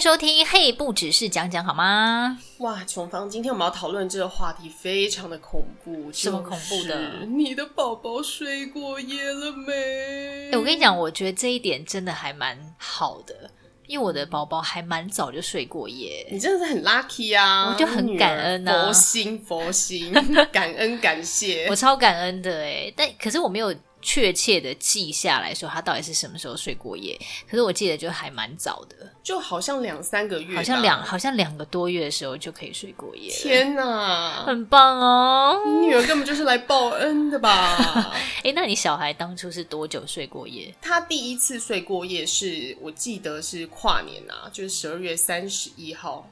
收听。嘿，不只是讲讲好吗？哇，琼芳，今天我们要讨论这个话题非常的恐怖，什么恐怖的？就是你的宝宝睡过夜了没？哎、我跟你讲，我觉得这一点真的还蛮好的，因为我的宝宝还蛮早就睡过夜。你真的是很 lucky 啊！我就很感恩啊女儿佛心 佛心，感恩感谢我。超感恩的哎，但可是我没有确切的记下来说他到底是什么时候睡过夜，可是我记得就还蛮早的，就好像两三个月吧，好像两好像两个多月的时候就可以睡过夜了，天啊哪！很棒哦！你女儿根本就是来报恩 的吧？哎、那你小孩当初是多久睡过夜？她第一次睡过夜是我记得是跨年啊，就是十二月三十一号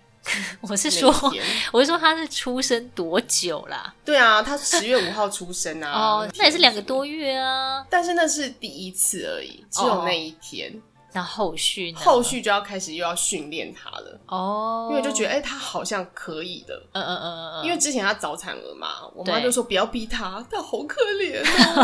我是那说，一天。我是说他是出生多久啦？对啊，她十月五号出生啊。 哦，那也是两个多月啊。但是那是第一次而已，只有那一天，那后续呢？后续就要开始又要训练他了，哦，因为就觉得，得哎、他好像可以的。嗯嗯嗯嗯，因为之前他早产儿嘛，我妈对就说不要逼 他，他好可怜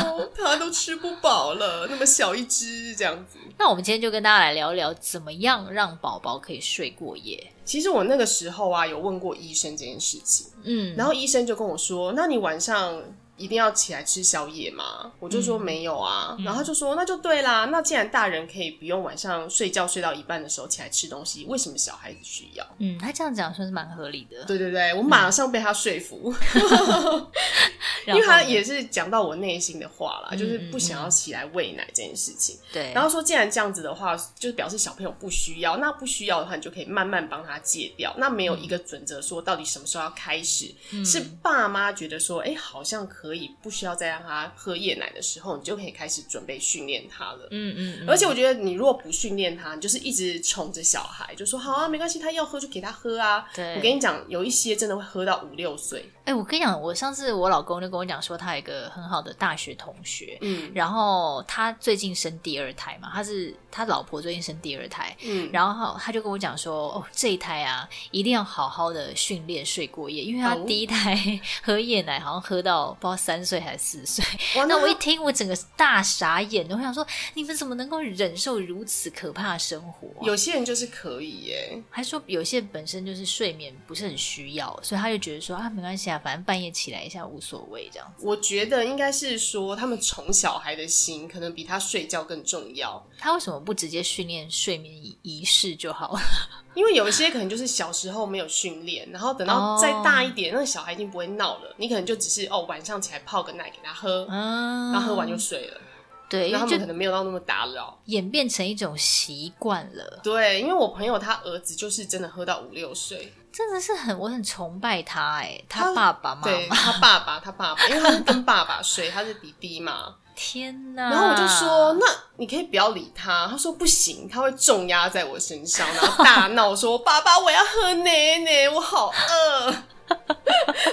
哦，他都吃不饱了，那么小一只这样子。那我们今天就跟大家来聊聊，怎么样让宝宝可以睡过夜。其实我那个时候啊，有问过医生这件事情，嗯，然后医生就跟我说：“那你晚上一定要起来吃宵夜吗？”我就嗯说：“没有啊。然后他就说：“那就对啦，那既然大人可以不用晚上睡觉睡到一半的时候起来吃东西，为什么小孩子需要？”嗯，他这样讲算是蛮合理的。对对嗯对，我马上被他说服，然因后呢，为他也是讲到我内心的话啦，嗯就是不想要起来喂奶这件事情。对，然后说，既然这样子的话，就是表示小朋友不需要，那不需要的话，你就可以慢慢帮他戒掉。那没有一嗯个准则说到底什么时候要开始，是爸妈觉得说，哎、好像可以，不需要再让他喝夜奶的时候，你就可以开始准备训练他了。嗯嗯嗯，而且我觉得，你如果不训练他，你就是一直宠着小孩，就说好啊，没关系，他要喝就给他喝啊。对我跟你讲，有一些真的会喝到五六岁，哎、我跟你讲，我上次我老公就跟我讲说，他有一个很好的大学同学，嗯然后他最近生第二胎嘛，他是他老婆最近生第二胎，嗯，然后他就跟我讲说，哦，这一胎啊，一定要好好的训练睡过夜，因为他哦第一胎喝夜奶好像喝到不知道三岁还是四岁。哇那我一听，我整个大傻眼，我想说，你们怎么能够忍受如此可怕的生活啊、有些人就是可以耶，还说有些本身就是睡眠不是很需要，所以他就觉得说啊，没关系啊，反正半夜起来一下无所谓这样子。我觉得应该是说，他们宠小孩的心可能比他睡觉更重要，他为什么不直接训练睡眠仪仪式就好了？因为有一些可能就是小时候没有训练，然后等到哦再大一点，那小孩已经不会闹了，你可能就只是哦晚上起来泡个奶给他喝，嗯， 然后喝完就睡了，对，因然后为他们就可能没有到那么打扰。演变成一种习惯了。对，因为我朋友他儿子就是真的喝到五六岁，真的是很，我很崇拜他哎、他他爸爸妈对妈，他爸爸，他爸爸，因为他是跟爸爸睡，他是弟弟嘛。天哪！然后我就说，，那你可以不要理他。他说不行，他会重压在我身上，然后大闹说：“爸爸，我要喝奶奶，我好 饿。”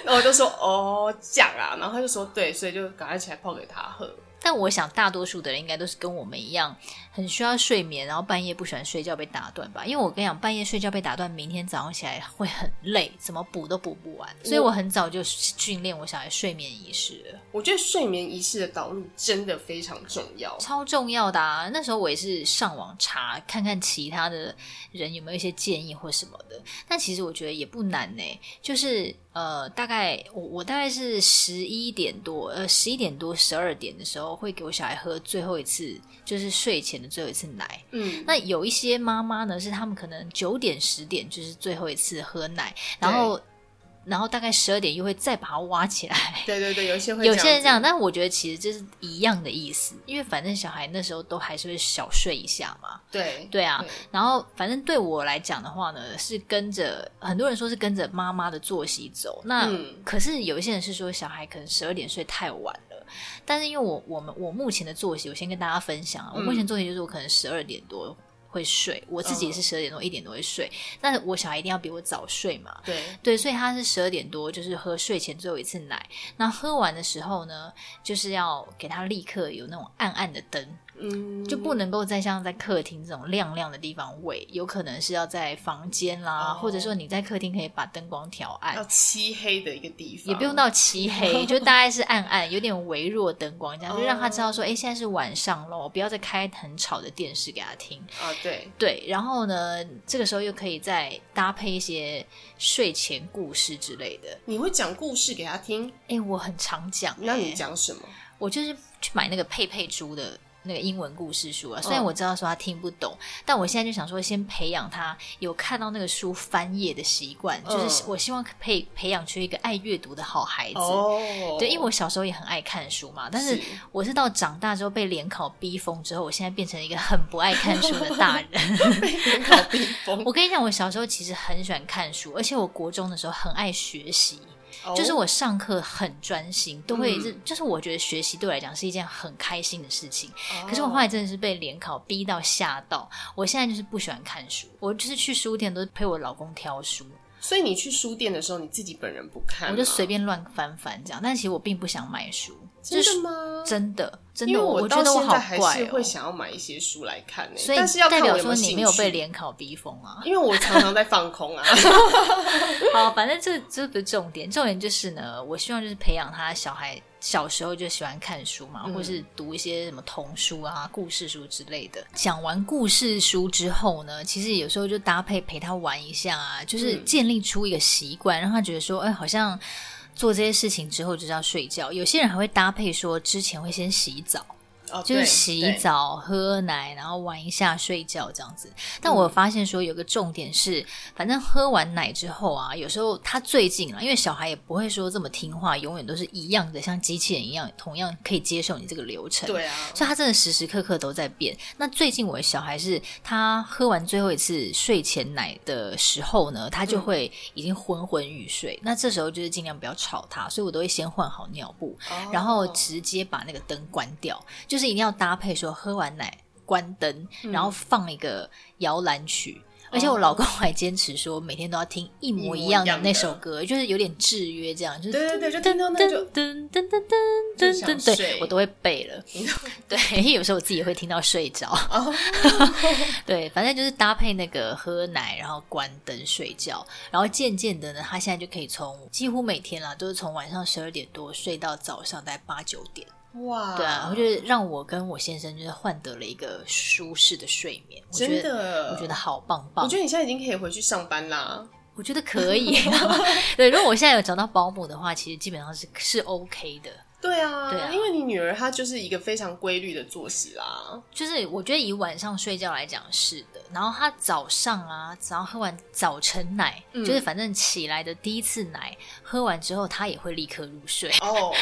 然后我就说：“哦，这样啊。”然后他就说：“对，所以就赶快起来泡给他喝。但我想大多数的人应该都是跟我们一样，很需要睡眠，然后半夜不喜欢睡觉被打断吧。因为我跟你讲，半夜睡觉被打断，明天早上起来会很累，怎么补都补不完。所以我很早就训练我小孩睡眠仪式了”我觉得睡眠仪式的导入真的非常重 要。超重要的啊！那时候我也是上网查看看其他的人有没有一些建议或什么的，但其实我觉得也不难呢、就是呃，大概我我大概是十一点多，呃，十一点多十二点的时候会给我小孩喝最后一次，就是睡前的最后一次奶。嗯，那有一些妈妈呢，是他们可能九点十点就是最后一次喝奶，然后然后大概十二点又会再把它挖起来。对对对，有一些会有些人子这样，但我觉得其实这是一样的意思，因为反正小孩那时候都还是会小睡一下嘛。对对啊，对然后反正对我来讲的话呢，是跟着很多人说是跟着妈妈的作息走。那、嗯可是有一些人是说小孩可能十二点睡太晚了，但是因为我我们我目前的作息，我先跟大家分享啊，我嗯目前作息就是我可能十二点多。会睡，我自己也是十二点多一点多会睡，但是我小孩一定要比我早睡嘛，对，对，所以他是十二点多，就是喝睡前最后一次奶。那喝完的时候呢，就是要给他立刻有那种暗暗的灯，嗯，就不能够再像在客厅这种亮亮的地方喂，有可能是要在房间啦，哦或者说你在客厅可以把灯光调暗要，漆黑的一个地方，也不用到漆黑， 就大概是暗暗，有点微弱灯光这样，哦就让他知道说，哎、现在是晚上咯，不要再开很吵的电视给他听。啊，对，对，然后呢，这个时候又可以再搭配一些睡前故事之类的。你会讲故事给他听，哎，我很常讲、那你诶讲什么？我就是去买那个佩佩猪的那个英文故事书啊，虽然嗯我知道说他听不懂，但我现在就想说，先培养他有看到那个书翻页的习惯，嗯就是我希望培培养出一个爱阅读的好孩子。哦，对，因为我小时候也很爱看书嘛，但是是我是到长大之后被联考逼疯之后，我现在变成一个很不爱看书的大 人。被人考逼疯，我跟你讲，我小时候其实很喜欢看书，而且我国中的时候很爱学习，哦就是我上课很专心，都会嗯是、就是我觉得学习对我来讲是一件很开心的事情。哦可是我后来真的是被联考逼到吓到，我现在就是不喜欢看书，我就是去书店都是陪我老公挑书，哦所以你去书店的时候，你自己本人不看吗，我就随便乱翻翻这样。但其实我并不想买书，就真是的吗？真的真因为的，我觉到得我现好在还怪是会哦。想要买一些书来看呢、所以但是要代看表我有说你兴没有被趣。？联考逼疯啊因为我常常在放空 啊，好，反正这这不是重点，重点就是呢，我希望就是培养他小孩小时候就喜欢看书嘛，嗯或是读一些什么童书啊、故事书之类的。讲完故事书之后呢，其实有时候就搭配陪他玩一下啊，就是嗯建立出一个习惯，让他觉得说，哎，好像做这些事情之后就是要睡觉。有些人还会搭配说，之前会先洗澡。哦就是对洗对澡、喝奶，然后玩一下、睡觉这样子。但嗯我有发现说，有个重点是，反正喝完奶之后啊，有时候他最近啊，因为小孩也不会说这么听话，永远都是一样的，像机器人一样，同样可以接受你这个流程。。对啊，所以他真的时时刻刻都在变。那最近我的小孩是，他喝完最后一次睡前奶的时候呢，他嗯就会已经昏昏欲睡。那这时候就是尽量不要吵他，所以我都会先换好尿布，哦然后直接把那个灯关掉，就是一定要搭配说喝完奶关灯，然嗯后放一个摇篮曲。而哦且我老公还坚持说，每天都要听一模一样的那首歌，就是有点制约这样，就是对对对就听到那就噔噔噔噔就噔想噔，对睡我都会背 了。对，因为有时候我自己也会听到睡着。 哦对，反正就是搭配那个喝奶，然后关灯睡觉，然后渐渐的呢，他现在就可以从几乎每天啦，都是从晚上十二点多睡到早上大概八九点。哇，对啊，我觉得让我跟我先生就是换得了一个舒适的睡眠，我觉得真的，我觉得。好棒棒。我觉得你现在已经可以回去上班啦，我觉得可以， 对，如果我现在有找到保姆的话，其实基本上是是 OK 的。对啊，对啊因为你女儿她就是一个非常规律的作息啦，就是我觉得以晚上睡觉来讲是的，然后他早上啊，只要喝完早晨奶，嗯就是反正起来的第一次奶喝完之后，他也会立刻入睡， 哦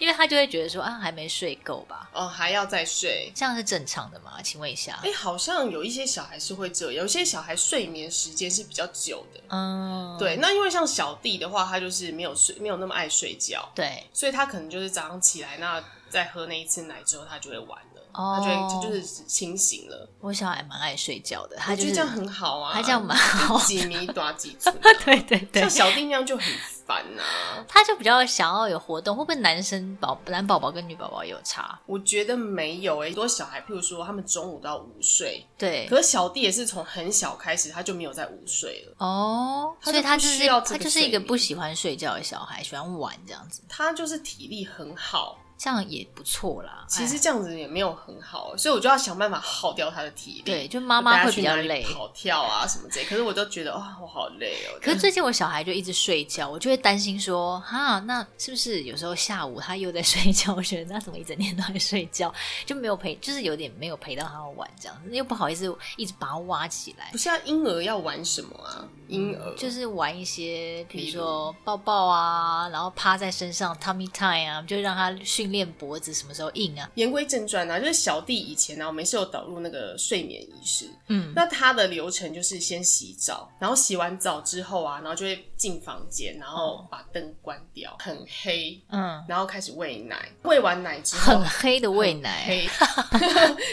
因为他就会觉得说啊还没睡够吧，哦，还要再睡。这样是正常的吗？请问一下，哎、好像有一些小孩是会这样，有些小孩睡眠时间是比较久的。嗯，对，那因为像小弟的话，他就是没有睡，没有那么爱睡觉，对，所以他可能就是早上起来，那再喝那一次奶之后，他就会玩了，哦他就会他就是清醒了。我小孩蛮爱睡觉的，他我就觉是得这样很好啊，，他这样蛮好几米短几 寸、 啊对对对像。小弟那样就很烦呐、啊。他就比较想要有活动，会不会男生宝男宝宝跟女宝宝有差？我觉得没有欸诶、很多小孩，譬如说他们中午到午睡，对，可是小弟也是从很小开始，他就没有在午睡了。哦，他所以就他不就需是要这他个就是一睡个眠不喜欢睡觉的小孩，喜欢玩这样子，他就是体力很好，这样也不错啦。其哎实这样子也没有很好，所以我就要想办法耗掉他的体力。对，就妈妈会比较我带他去哪累里。跑跳啊什么之类。可是我都觉得哇、我好累哦。可是最近我小孩就一直睡觉，我就会担心说，哈，那是不是有时候下午他又在睡觉？我觉得那怎么一整天都在睡觉，就没有陪，就是有点没有陪到他玩这样子，又不好意思一直把他挖起来不。是啊，婴儿要玩什么啊？婴儿嗯就是玩一些，比如说抱抱啊，然后趴在身上 tummy time 啊，就让他训练脖子什么时候硬啊。言归正传啊，就是小弟以前呢、啊，我们是有导入那个睡眠仪式。嗯，那他的流程就是先洗澡，然后洗完澡之后啊，然后就会进房间，然后把灯关掉，很黑，嗯，然后开始喂奶。喂完奶之后很，黑的喂奶黑，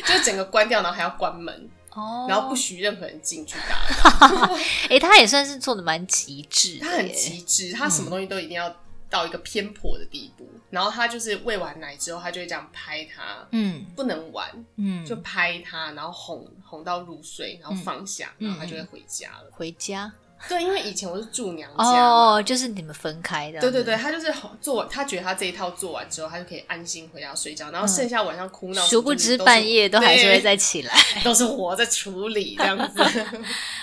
就整个关掉，然后还要关门，哦然后不许任何人进去 打扰。哎、他也算是做的蛮极致的耶，嗯他很极致，他什么东西都一定要到一个偏颇的地步。然后他就是喂完奶之后，他就会这样拍他，嗯不能玩，嗯，就拍他，然后哄哄到入睡，然后放下，嗯然后他就会回家了。回家对，因为以前我是住娘家嘛，哦，就是你们分开的，对对对，，他就是哄做完，他觉得他这一套做完之后，他就可以安心回家睡觉，然后剩下晚上哭闹，嗯殊不知半夜都还是会在。再起来。 都是我在处理这样子。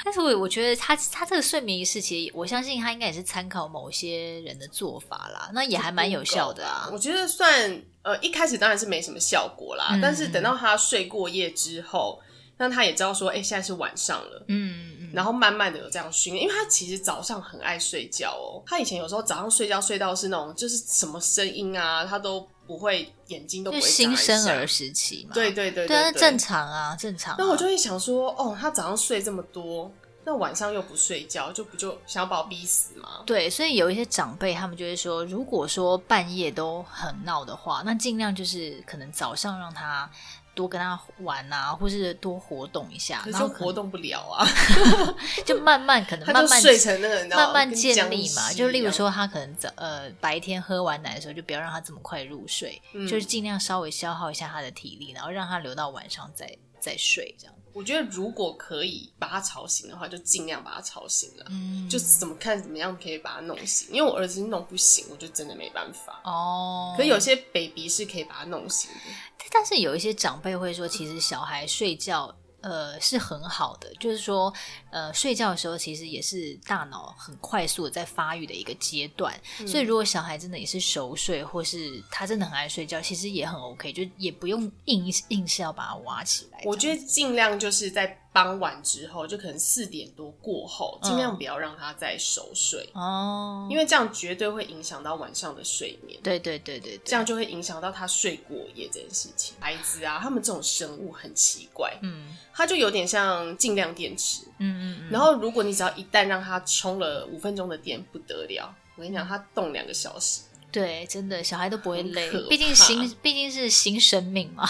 但是我我觉得他他这个睡眠仪式，其实我相信他应该也是参考某些人的做法啦，那也还蛮有效的啊。我觉得算呃一开始当然是没什么效果啦，嗯但是等到他睡过夜之后，让他也知道说，哎、现在是晚上了。嗯嗯嗯，然后慢慢的有这样训练，因为他其实早上很爱睡觉哦。他以前有时候早上睡觉睡到是那种就是什么声音啊，他都不会眼睛都不就会新眨一生下儿时期嘛，对对对对啊，对那正常啊，正常啊。那我就会想说，哦，他早上睡这么多，那晚上又不睡觉，就不就想要把我逼死吗？对，所以有一些长辈他们就会说，如果说半夜都很闹的话，那尽量就是可能早上让他多跟他玩啊，或是多活动一下，可是然就后可活动不了啊。能就慢慢可能他慢就慢睡成那个，你知道慢慢跟建僵立嘛。尸就例一如样，说，他可能早呃白天喝完奶的时候，就不要让他这么快入睡，嗯就是尽量稍微消耗一下他的体力，然后让他留到晚上再再睡这样。我觉得如果可以把他吵醒的话，就尽量把他吵醒了。嗯就怎么看怎么样可以把他弄醒，因为我儿子弄不醒，我就真的没办法。哦，可有些 baby 是可以把他弄醒的，但是有一些长辈会说，其实小孩睡觉。呃，是很好的，就是说，呃，睡觉的时候其实也是大脑很快速的在发育的一个阶段，嗯所以如果小孩真的也是熟睡，或是他真的很爱睡觉，其实也很 OK，就也不用硬硬是要把他挖起来。我觉得尽量就是在傍晚之后，就可能四点多过后，嗯尽量不要让他再熟睡，得哦，因为这样绝对会影响到晚上的睡眠。对对对对对，这样就会影响到他睡过夜这件事情。孩子啊，他们这种生物很奇怪，嗯它就有点像尽量电池。嗯嗯嗯，然后如果你只要一旦让它充了五分钟的电，不得了。我跟你讲，它动两个小时，对，真的小孩都不会很累可，毕竟怕新毕竟是新生命 嘛，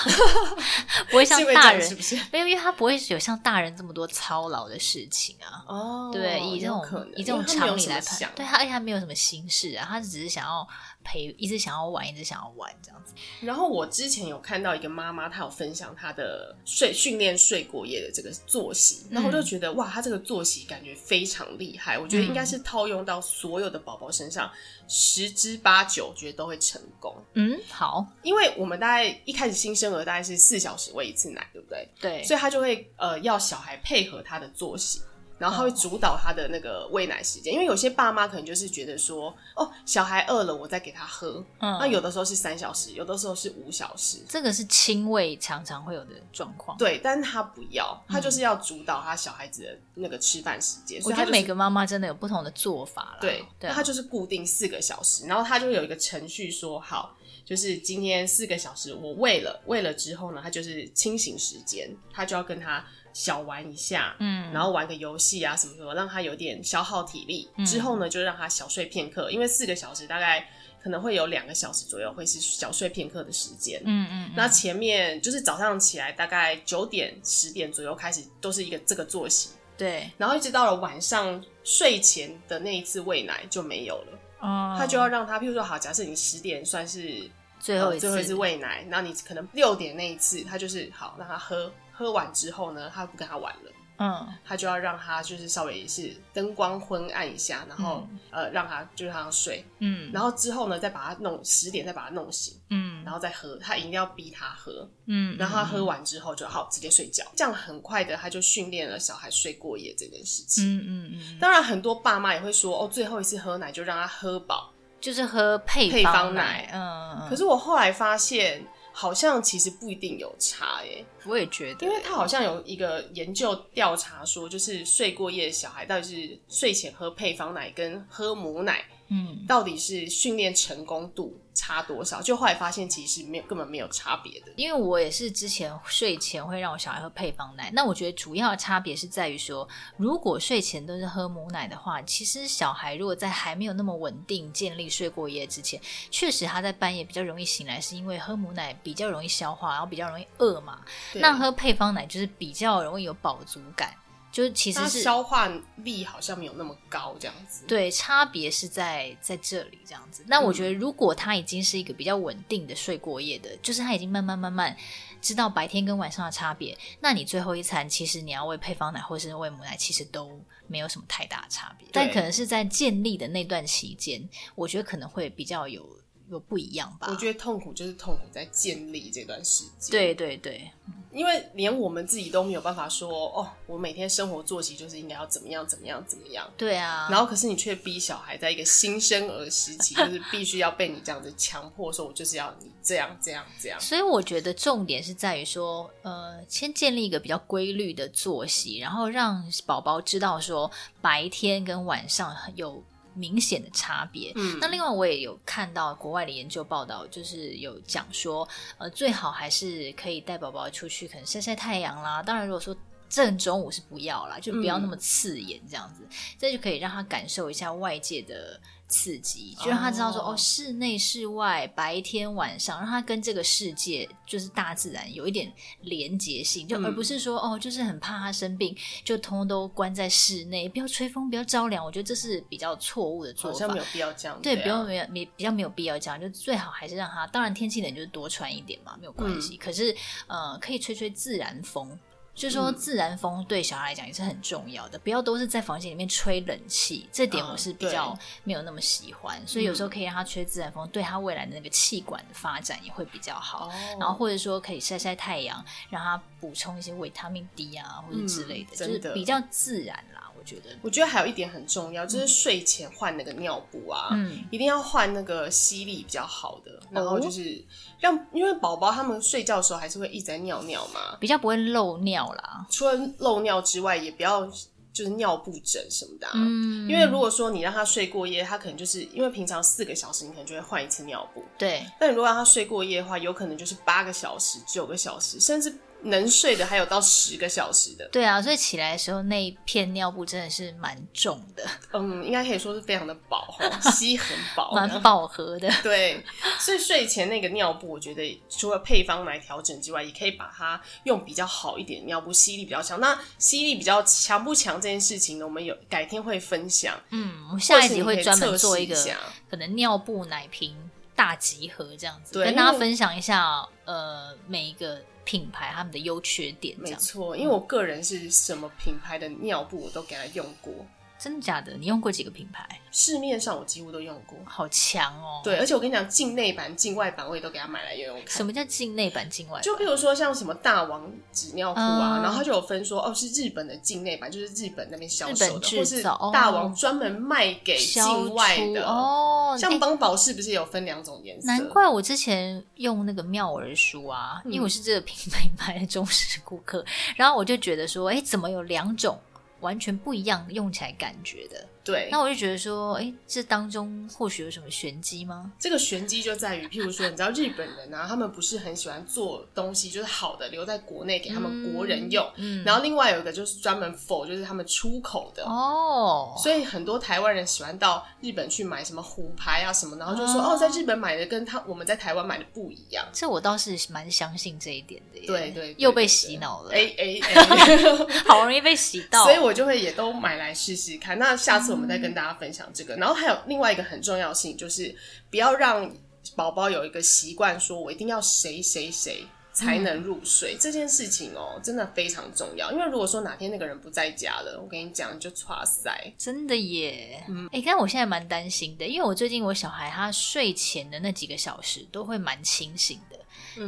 不会像是因为这大样人是 不是？没有，因为他不会有像大人这么多操劳的事情啊。哦对，以这有种可能以这种因为它没常有理什么来想判，对啊他，而且他没有什么心事啊，他只是想要陪，一直想要玩，一直想要玩这样子。然后我之前有看到一个妈妈，她有分享她的睡训练睡过夜的这个作息，嗯然后我就觉得、哇，她这个作息感觉非常厉害，我觉得应该是套用到所有的宝宝身上，十之八九觉得都会成功。嗯，好，因为我们大概一开始新生儿大概是四小时喂一次奶，对不对？对，所以他就会呃要小孩配合他的作息，然后他会哦主导他的那个喂奶时间，因为有些爸妈可能就是觉得说，哦，小孩饿了我再给他喝，嗯，那有的时候是三小时，有的时候是五小时，这个是亲喂常常会有的状况。对，但是他不要，他就是要主导他小孩子的那个吃饭时间，嗯我所以觉他得就每是。个妈妈真的有不同的做法啦。对，对那啊，他就是固定四个小时，然后他就有一个程序说好，就是今天四个小时我喂了，喂了之后呢，他就是清醒时间，他就要跟他小玩一下，嗯，然后玩个游戏啊什么什么，让他有点消耗体力。之后呢，就让他小睡片刻，因为四个小时大概可能会有两个小时左右会是小睡片刻的时间。嗯嗯嗯，那前面就是早上起来大概九点十点左右开始都是一个这个作息，对，然后一直到了晚上睡前的那一次喂奶就没有了，哦，他就要让他，譬如说好，假设你十点算是最后呃一最后一次次，喂奶，那你可能六点那一次他就是好让他喝，喝完之后呢，他不跟他玩了。嗯。他就要让他就是稍微是灯光昏暗一下，然后、呃让他就是让他睡，嗯然后之后呢再把他弄十点再把他弄醒，嗯然后再喝，他一定要逼他喝，嗯，然后他喝完之后就好直接睡觉，这样很快的他就训练了小孩睡过夜这件事情。嗯嗯嗯，当然，很多爸妈也会说哦，最后一次喝奶就让他喝饱。就是喝配配方奶奶，嗯，嗯可是我后来发现，好像其实不一定有差耶、我也觉得，因为他好像有一个研究调查说，就是睡过夜的小孩到底是睡前喝配方奶跟喝母奶，嗯，到底是训练成功度差多少？就后来发现其实没有根本没有差别的。因为我也是之前睡前会让我小孩喝配方奶，那我觉得主要的差别是在于说，如果睡前都是喝母奶的话，其实小孩如果在还没有那么稳定建立睡过夜之前，确实他在半夜比较容易醒来，是因为喝母奶比较容易消化，然后比较容易饿嘛，对那喝配方奶就是比较容易有饱足感。就是其实它是消化力好像没有那么高，这样子。对，差别是在在这里这样子。那我觉嗯得，如果他已经是一个比较稳定的睡过夜的，就是他已经慢慢慢慢知道白天跟晚上的差别，那你最后一餐其实你要喂配方奶或是喂母奶，其实都没有什么太大的差别。但可能是在建立的那段期间，我觉得可能会比较有有不一样吧。我觉得痛苦就是痛苦在建立这段时间。，对对对，因为连我们自己都没有办法说，哦，我每天生活作息就是应该要怎么样怎么样怎么样。对啊。然后，可是你却逼小孩在一个新生儿时 期，就是必须要被你这样子强迫，说我就是要你这样这样这样。所以我觉得重点是在于说，呃，先建立一个比较规律的作息，然后让宝宝知道说白天跟晚上有明显的差别。嗯那另外我也有看到国外的研究报道，就是有讲说，呃，最好还是可以带宝宝出去，可能晒晒太阳啦。当然，如果说正中午是不要啦，就不要嗯那么刺眼这样子，这就可以让他感受一下外界的刺激，就让他知道说哦哦室内、室外、白天、晚上，让他跟这个世界就是大自然有一点连结性，就嗯而不是说、哦，就是很怕他生病，就通通都关在室内，不要吹风，不要着凉。我觉得这是比较错误的做好法像没。有必要这样。对，啊不用没有没比较没有必要这样，就最好还是让他，当然天气冷就是多穿一点嘛，没有关嗯系。可是呃，可以吹吹自然风，就是说嗯自然风对小孩来讲也是很重要的，不要都是在房间里面吹冷气，这点嗯我是比对嗯较没有那么喜欢。所以有时候可以让他吹自然风，对他未来的那个气管的发展也会比较好。哦，然后或者说可以晒晒太阳，让他补充一些维他命 D 啊，或者之类的，就嗯真是的比较自然啦。我觉得，我觉得还有一点很重要，就是睡前换那个尿布啊。嗯，一定要换那个吸力比较好的，然后就是让，因为宝宝他们睡觉的时候还是会一直在尿尿嘛，比较不会漏尿啦。除了漏尿之外，也不要就是尿布疹什么的、啊。嗯，因为如果说你让他睡过夜，他可能就是因为平常四个小时你可能就会换一次尿布，对但如果让他睡过夜的话，有可能就是八个小时、九个小时，甚至能睡的还有到十个小时的。对啊，所以起来的时候那一片尿布真的是蛮重的，嗯，应该可以说是非常的饱， 吼吸很饱，蛮饱和的。对，所以睡前那个尿布，我觉得除了配方来调整之外，也可以把它用比较好一点的尿布，吸力比较强。那吸力比较强不强这件事情呢，我们有改天会分享。嗯，我下一集或是会你可以专门测试做一一个下可能尿布奶瓶大集合这样子，对跟大因家为分享一下呃每一个品牌他们的优缺点这没样。错，因为我个人是什么品牌的尿布我都给它用过，真的假的？你用过几个品牌？市面上我几乎都用过。好强哦！对，而且我跟你讲，境内版、境外版我也都给它买来用用看。什么叫境内版、境外版？就比如说像什么大王纸尿裤啊，嗯然后它就有分说哦是日本的境内版，就是日本那边销日售本的，制造或是大王专门卖给境外消的。除哦，像哎邦宝适不是有分两种颜色？难怪我之前用那个妙儿舒啊，嗯因为我是这个品品牌的忠实顾客， 然后我就觉得说，哎，怎么有两种完全不一样用起来感觉的？对那，我就觉得说，哎，这当中或许有什么玄机吗？这个玄机就在于，譬如说，你知道日本人啊，他们不是很喜欢做东西，就是好的留在国内给他们国人用，嗯，然后另外有一个就是专门否，就是他们出口的。哦，所以很多台湾人喜欢到日本去买什么虎牌啊什么，然后就说哦哦，在日本买的跟他我们在台湾买的不一样。这我倒是蛮相信这一点的耶，对对对又被洗脑了，哎哎哎！好容易被洗 到，所以我就会也都买来试试看。那下次我们再跟大家分享这嗯个。然后还有另外一个很重要的事情，就是不要让宝宝有一个习惯，说我一定要谁谁谁才能入睡、嗯这件事情哦，真的非常重要。因为如果说哪天那个人不在家了，我跟你讲，你就哇塞，真的耶，嗯，哎、但我现在蛮担心的，因为我最近我小孩他睡前的那几个小时都会蛮清醒的，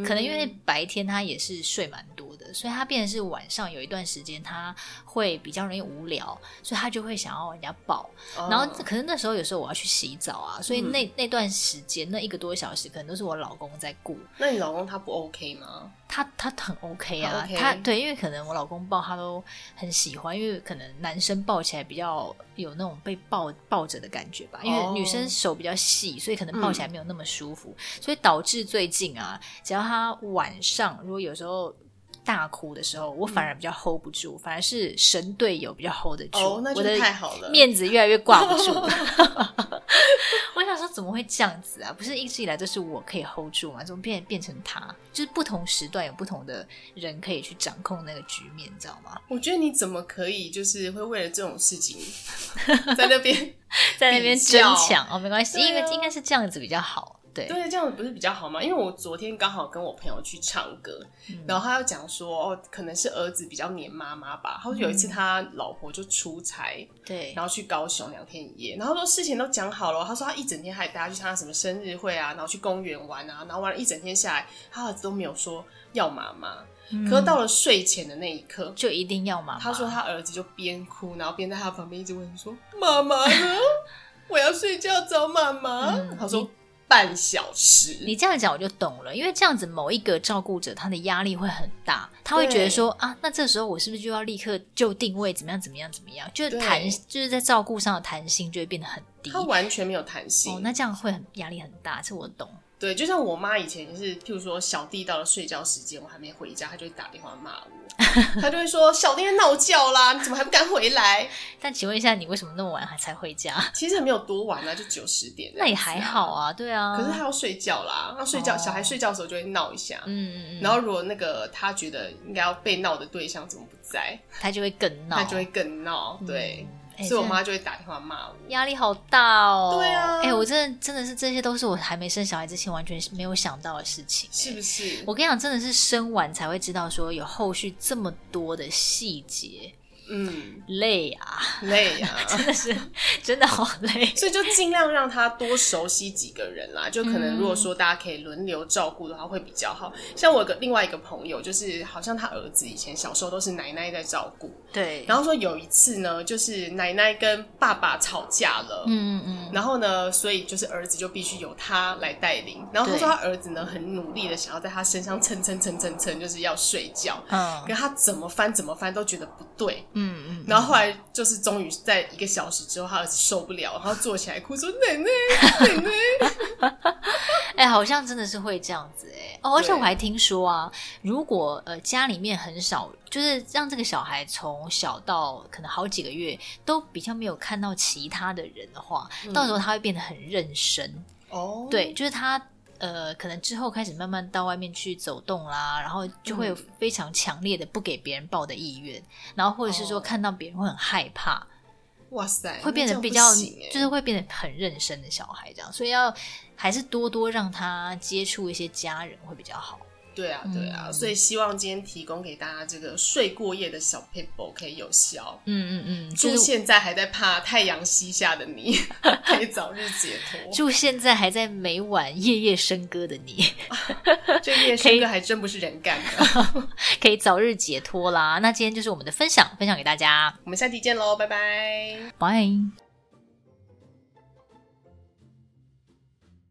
可能因为白天他也是睡蛮多的，所以他变成是晚上有一段时间他会比较容易无聊，所以他就会想要人家抱。哦然后可能那时候有时候我要去洗澡啊，所以那、那段时间那一个多小时可能都是我老公在顾，那你老公他不 OK 吗？他他很 OK 啊，很 OK 他对，因为可能我老公抱他都很喜欢，因为可能男生抱起来比较有那种被抱抱着的感觉吧，因为哦嗯女生手比较细，所以可能抱起来没有那么舒服，所以导致最近啊，只要他晚上如果有时候。大哭的时候，我嗯反而比较 hold 不住，反而是神队友比较 hold 得住，哦，那就我的太好了。面子越来越挂不 住。我想说，怎么会这样子啊？不是一直以来都是我可以 hold 住吗？怎么变变成他？就是不同时段有不同的人可以去掌控那个局面，你知道吗？我觉得你怎么可以就是会为了这种事 情在那边？在那边比争较抢哦，没关系，对啊因为应该是这样子比较好。对，对，这样子不是比较好吗？因为我昨天刚好跟我朋友去唱歌，嗯然后他又讲说，哦，可能是儿子比较黏妈妈吧。他说有一次嗯他老婆就出差，对，然后去高雄两天一夜，然后说事情都讲好了哦。他说他一整天还带他去参加什么生日会啊，然后去公园玩啊，然后玩了一整天下来，他儿子都没有说要妈妈。可是到了睡前的那一刻，嗯就一定要妈妈。他说他儿子就边哭，然后边在他旁边一直问说：“妈妈呢？ 我要睡觉找妈妈。嗯他说半小时。你这样讲我就懂了，因为这样子某一个照顾者他的压力会很大，他会觉得说啊，那这时候我是不是就要立刻就定位怎么样怎么样怎么样？就是对弹，就是在照顾上的弹性就会变得很低。他哦，完全没有弹性。那这样会很压力很大，这我懂。对，就像我妈以前也是，譬如说小弟到了睡觉时间，我还没回家，她就会打电话骂 我，她就会说：“小弟在闹觉啦，你怎么还不敢回来但请问一下，你为什么那么晚还才回 家？？”其实还没有多晚呢、啊就九十点、那也还好。啊，对啊。可是他要睡觉啦，他睡觉，哦小孩睡觉的时候就会闹一下。嗯嗯嗯，然后如果那个他觉得应该要被闹的对象怎么不在，他就会更闹，他就会更闹。对，哎所以我真的妈就会打电话骂我。压力好大哦。对啊哎、我真的真的是这些都是我还没生小孩之前完全没有想到的事情。欸是 不是？我跟你讲，真的是生完才会知道说有后续这么多的细节，嗯，累啊， 累啊，真的是真的好 累。所以就尽量让他多熟悉几个人啦。就可嗯能如果说大家可以轮流照顾的话，会比较好。像我有个另外一个朋友，就是好像他儿子以前小时候都是奶奶在照顾，对，然后说有一次呢，就是奶奶跟爸爸吵架了。嗯嗯然后呢，所以就是儿子就必须由他来带领。然后他对说他儿子呢很努力的想要在他身上蹭蹭蹭蹭蹭，就是要睡觉。嗯可他怎么翻怎么翻都觉得不对，嗯嗯嗯，然后后来就是终于在一个小时之后，他儿子受不了，然后坐起来哭说：“奶奶，哎、好像真的是会这样子哎、哦，而且对我还听说啊，如果呃家里面很少，就是让这个小孩从小到可能好几个月都比较没有看到其他的人的话，到时候他会变得很认生。嗯哦，对，，就是他呃，可能之后开始慢慢到外面去走动啦，然后就会有嗯非常强烈的不给别人抱的意愿，然后或者是说哦看到别人会很害怕，哇塞，会变得那这样比不较行欸就是会变得很认生的小孩这样，所以要还是多多让他接触一些家人会比较好。对啊，对啊，嗯所以希望今天提供给大家这个睡过夜的小 people 可以有效。嗯嗯嗯，就祝是。现在还在怕太阳西下的 你，可以早日解脱。祝现在还在每晚夜夜笙歌的你， 这夜深哥还真不是人干的。可以早日解脱啦！那今天就是我们的分享，分享给大家，我们下期见喽，拜拜。拜。